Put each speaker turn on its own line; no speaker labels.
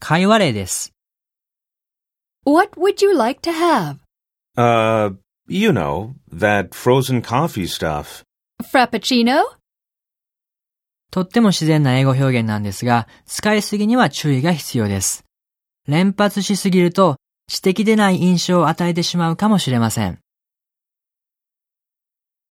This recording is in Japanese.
会話例です。
What would you like to have?
Uh, you know, that frozen coffee stuff.
Frappuccino?
とっても自然な英語表現なんですが、使いすぎには注意が必要です。連発しすぎると、知的でない印象を与えてしまうかもしれません。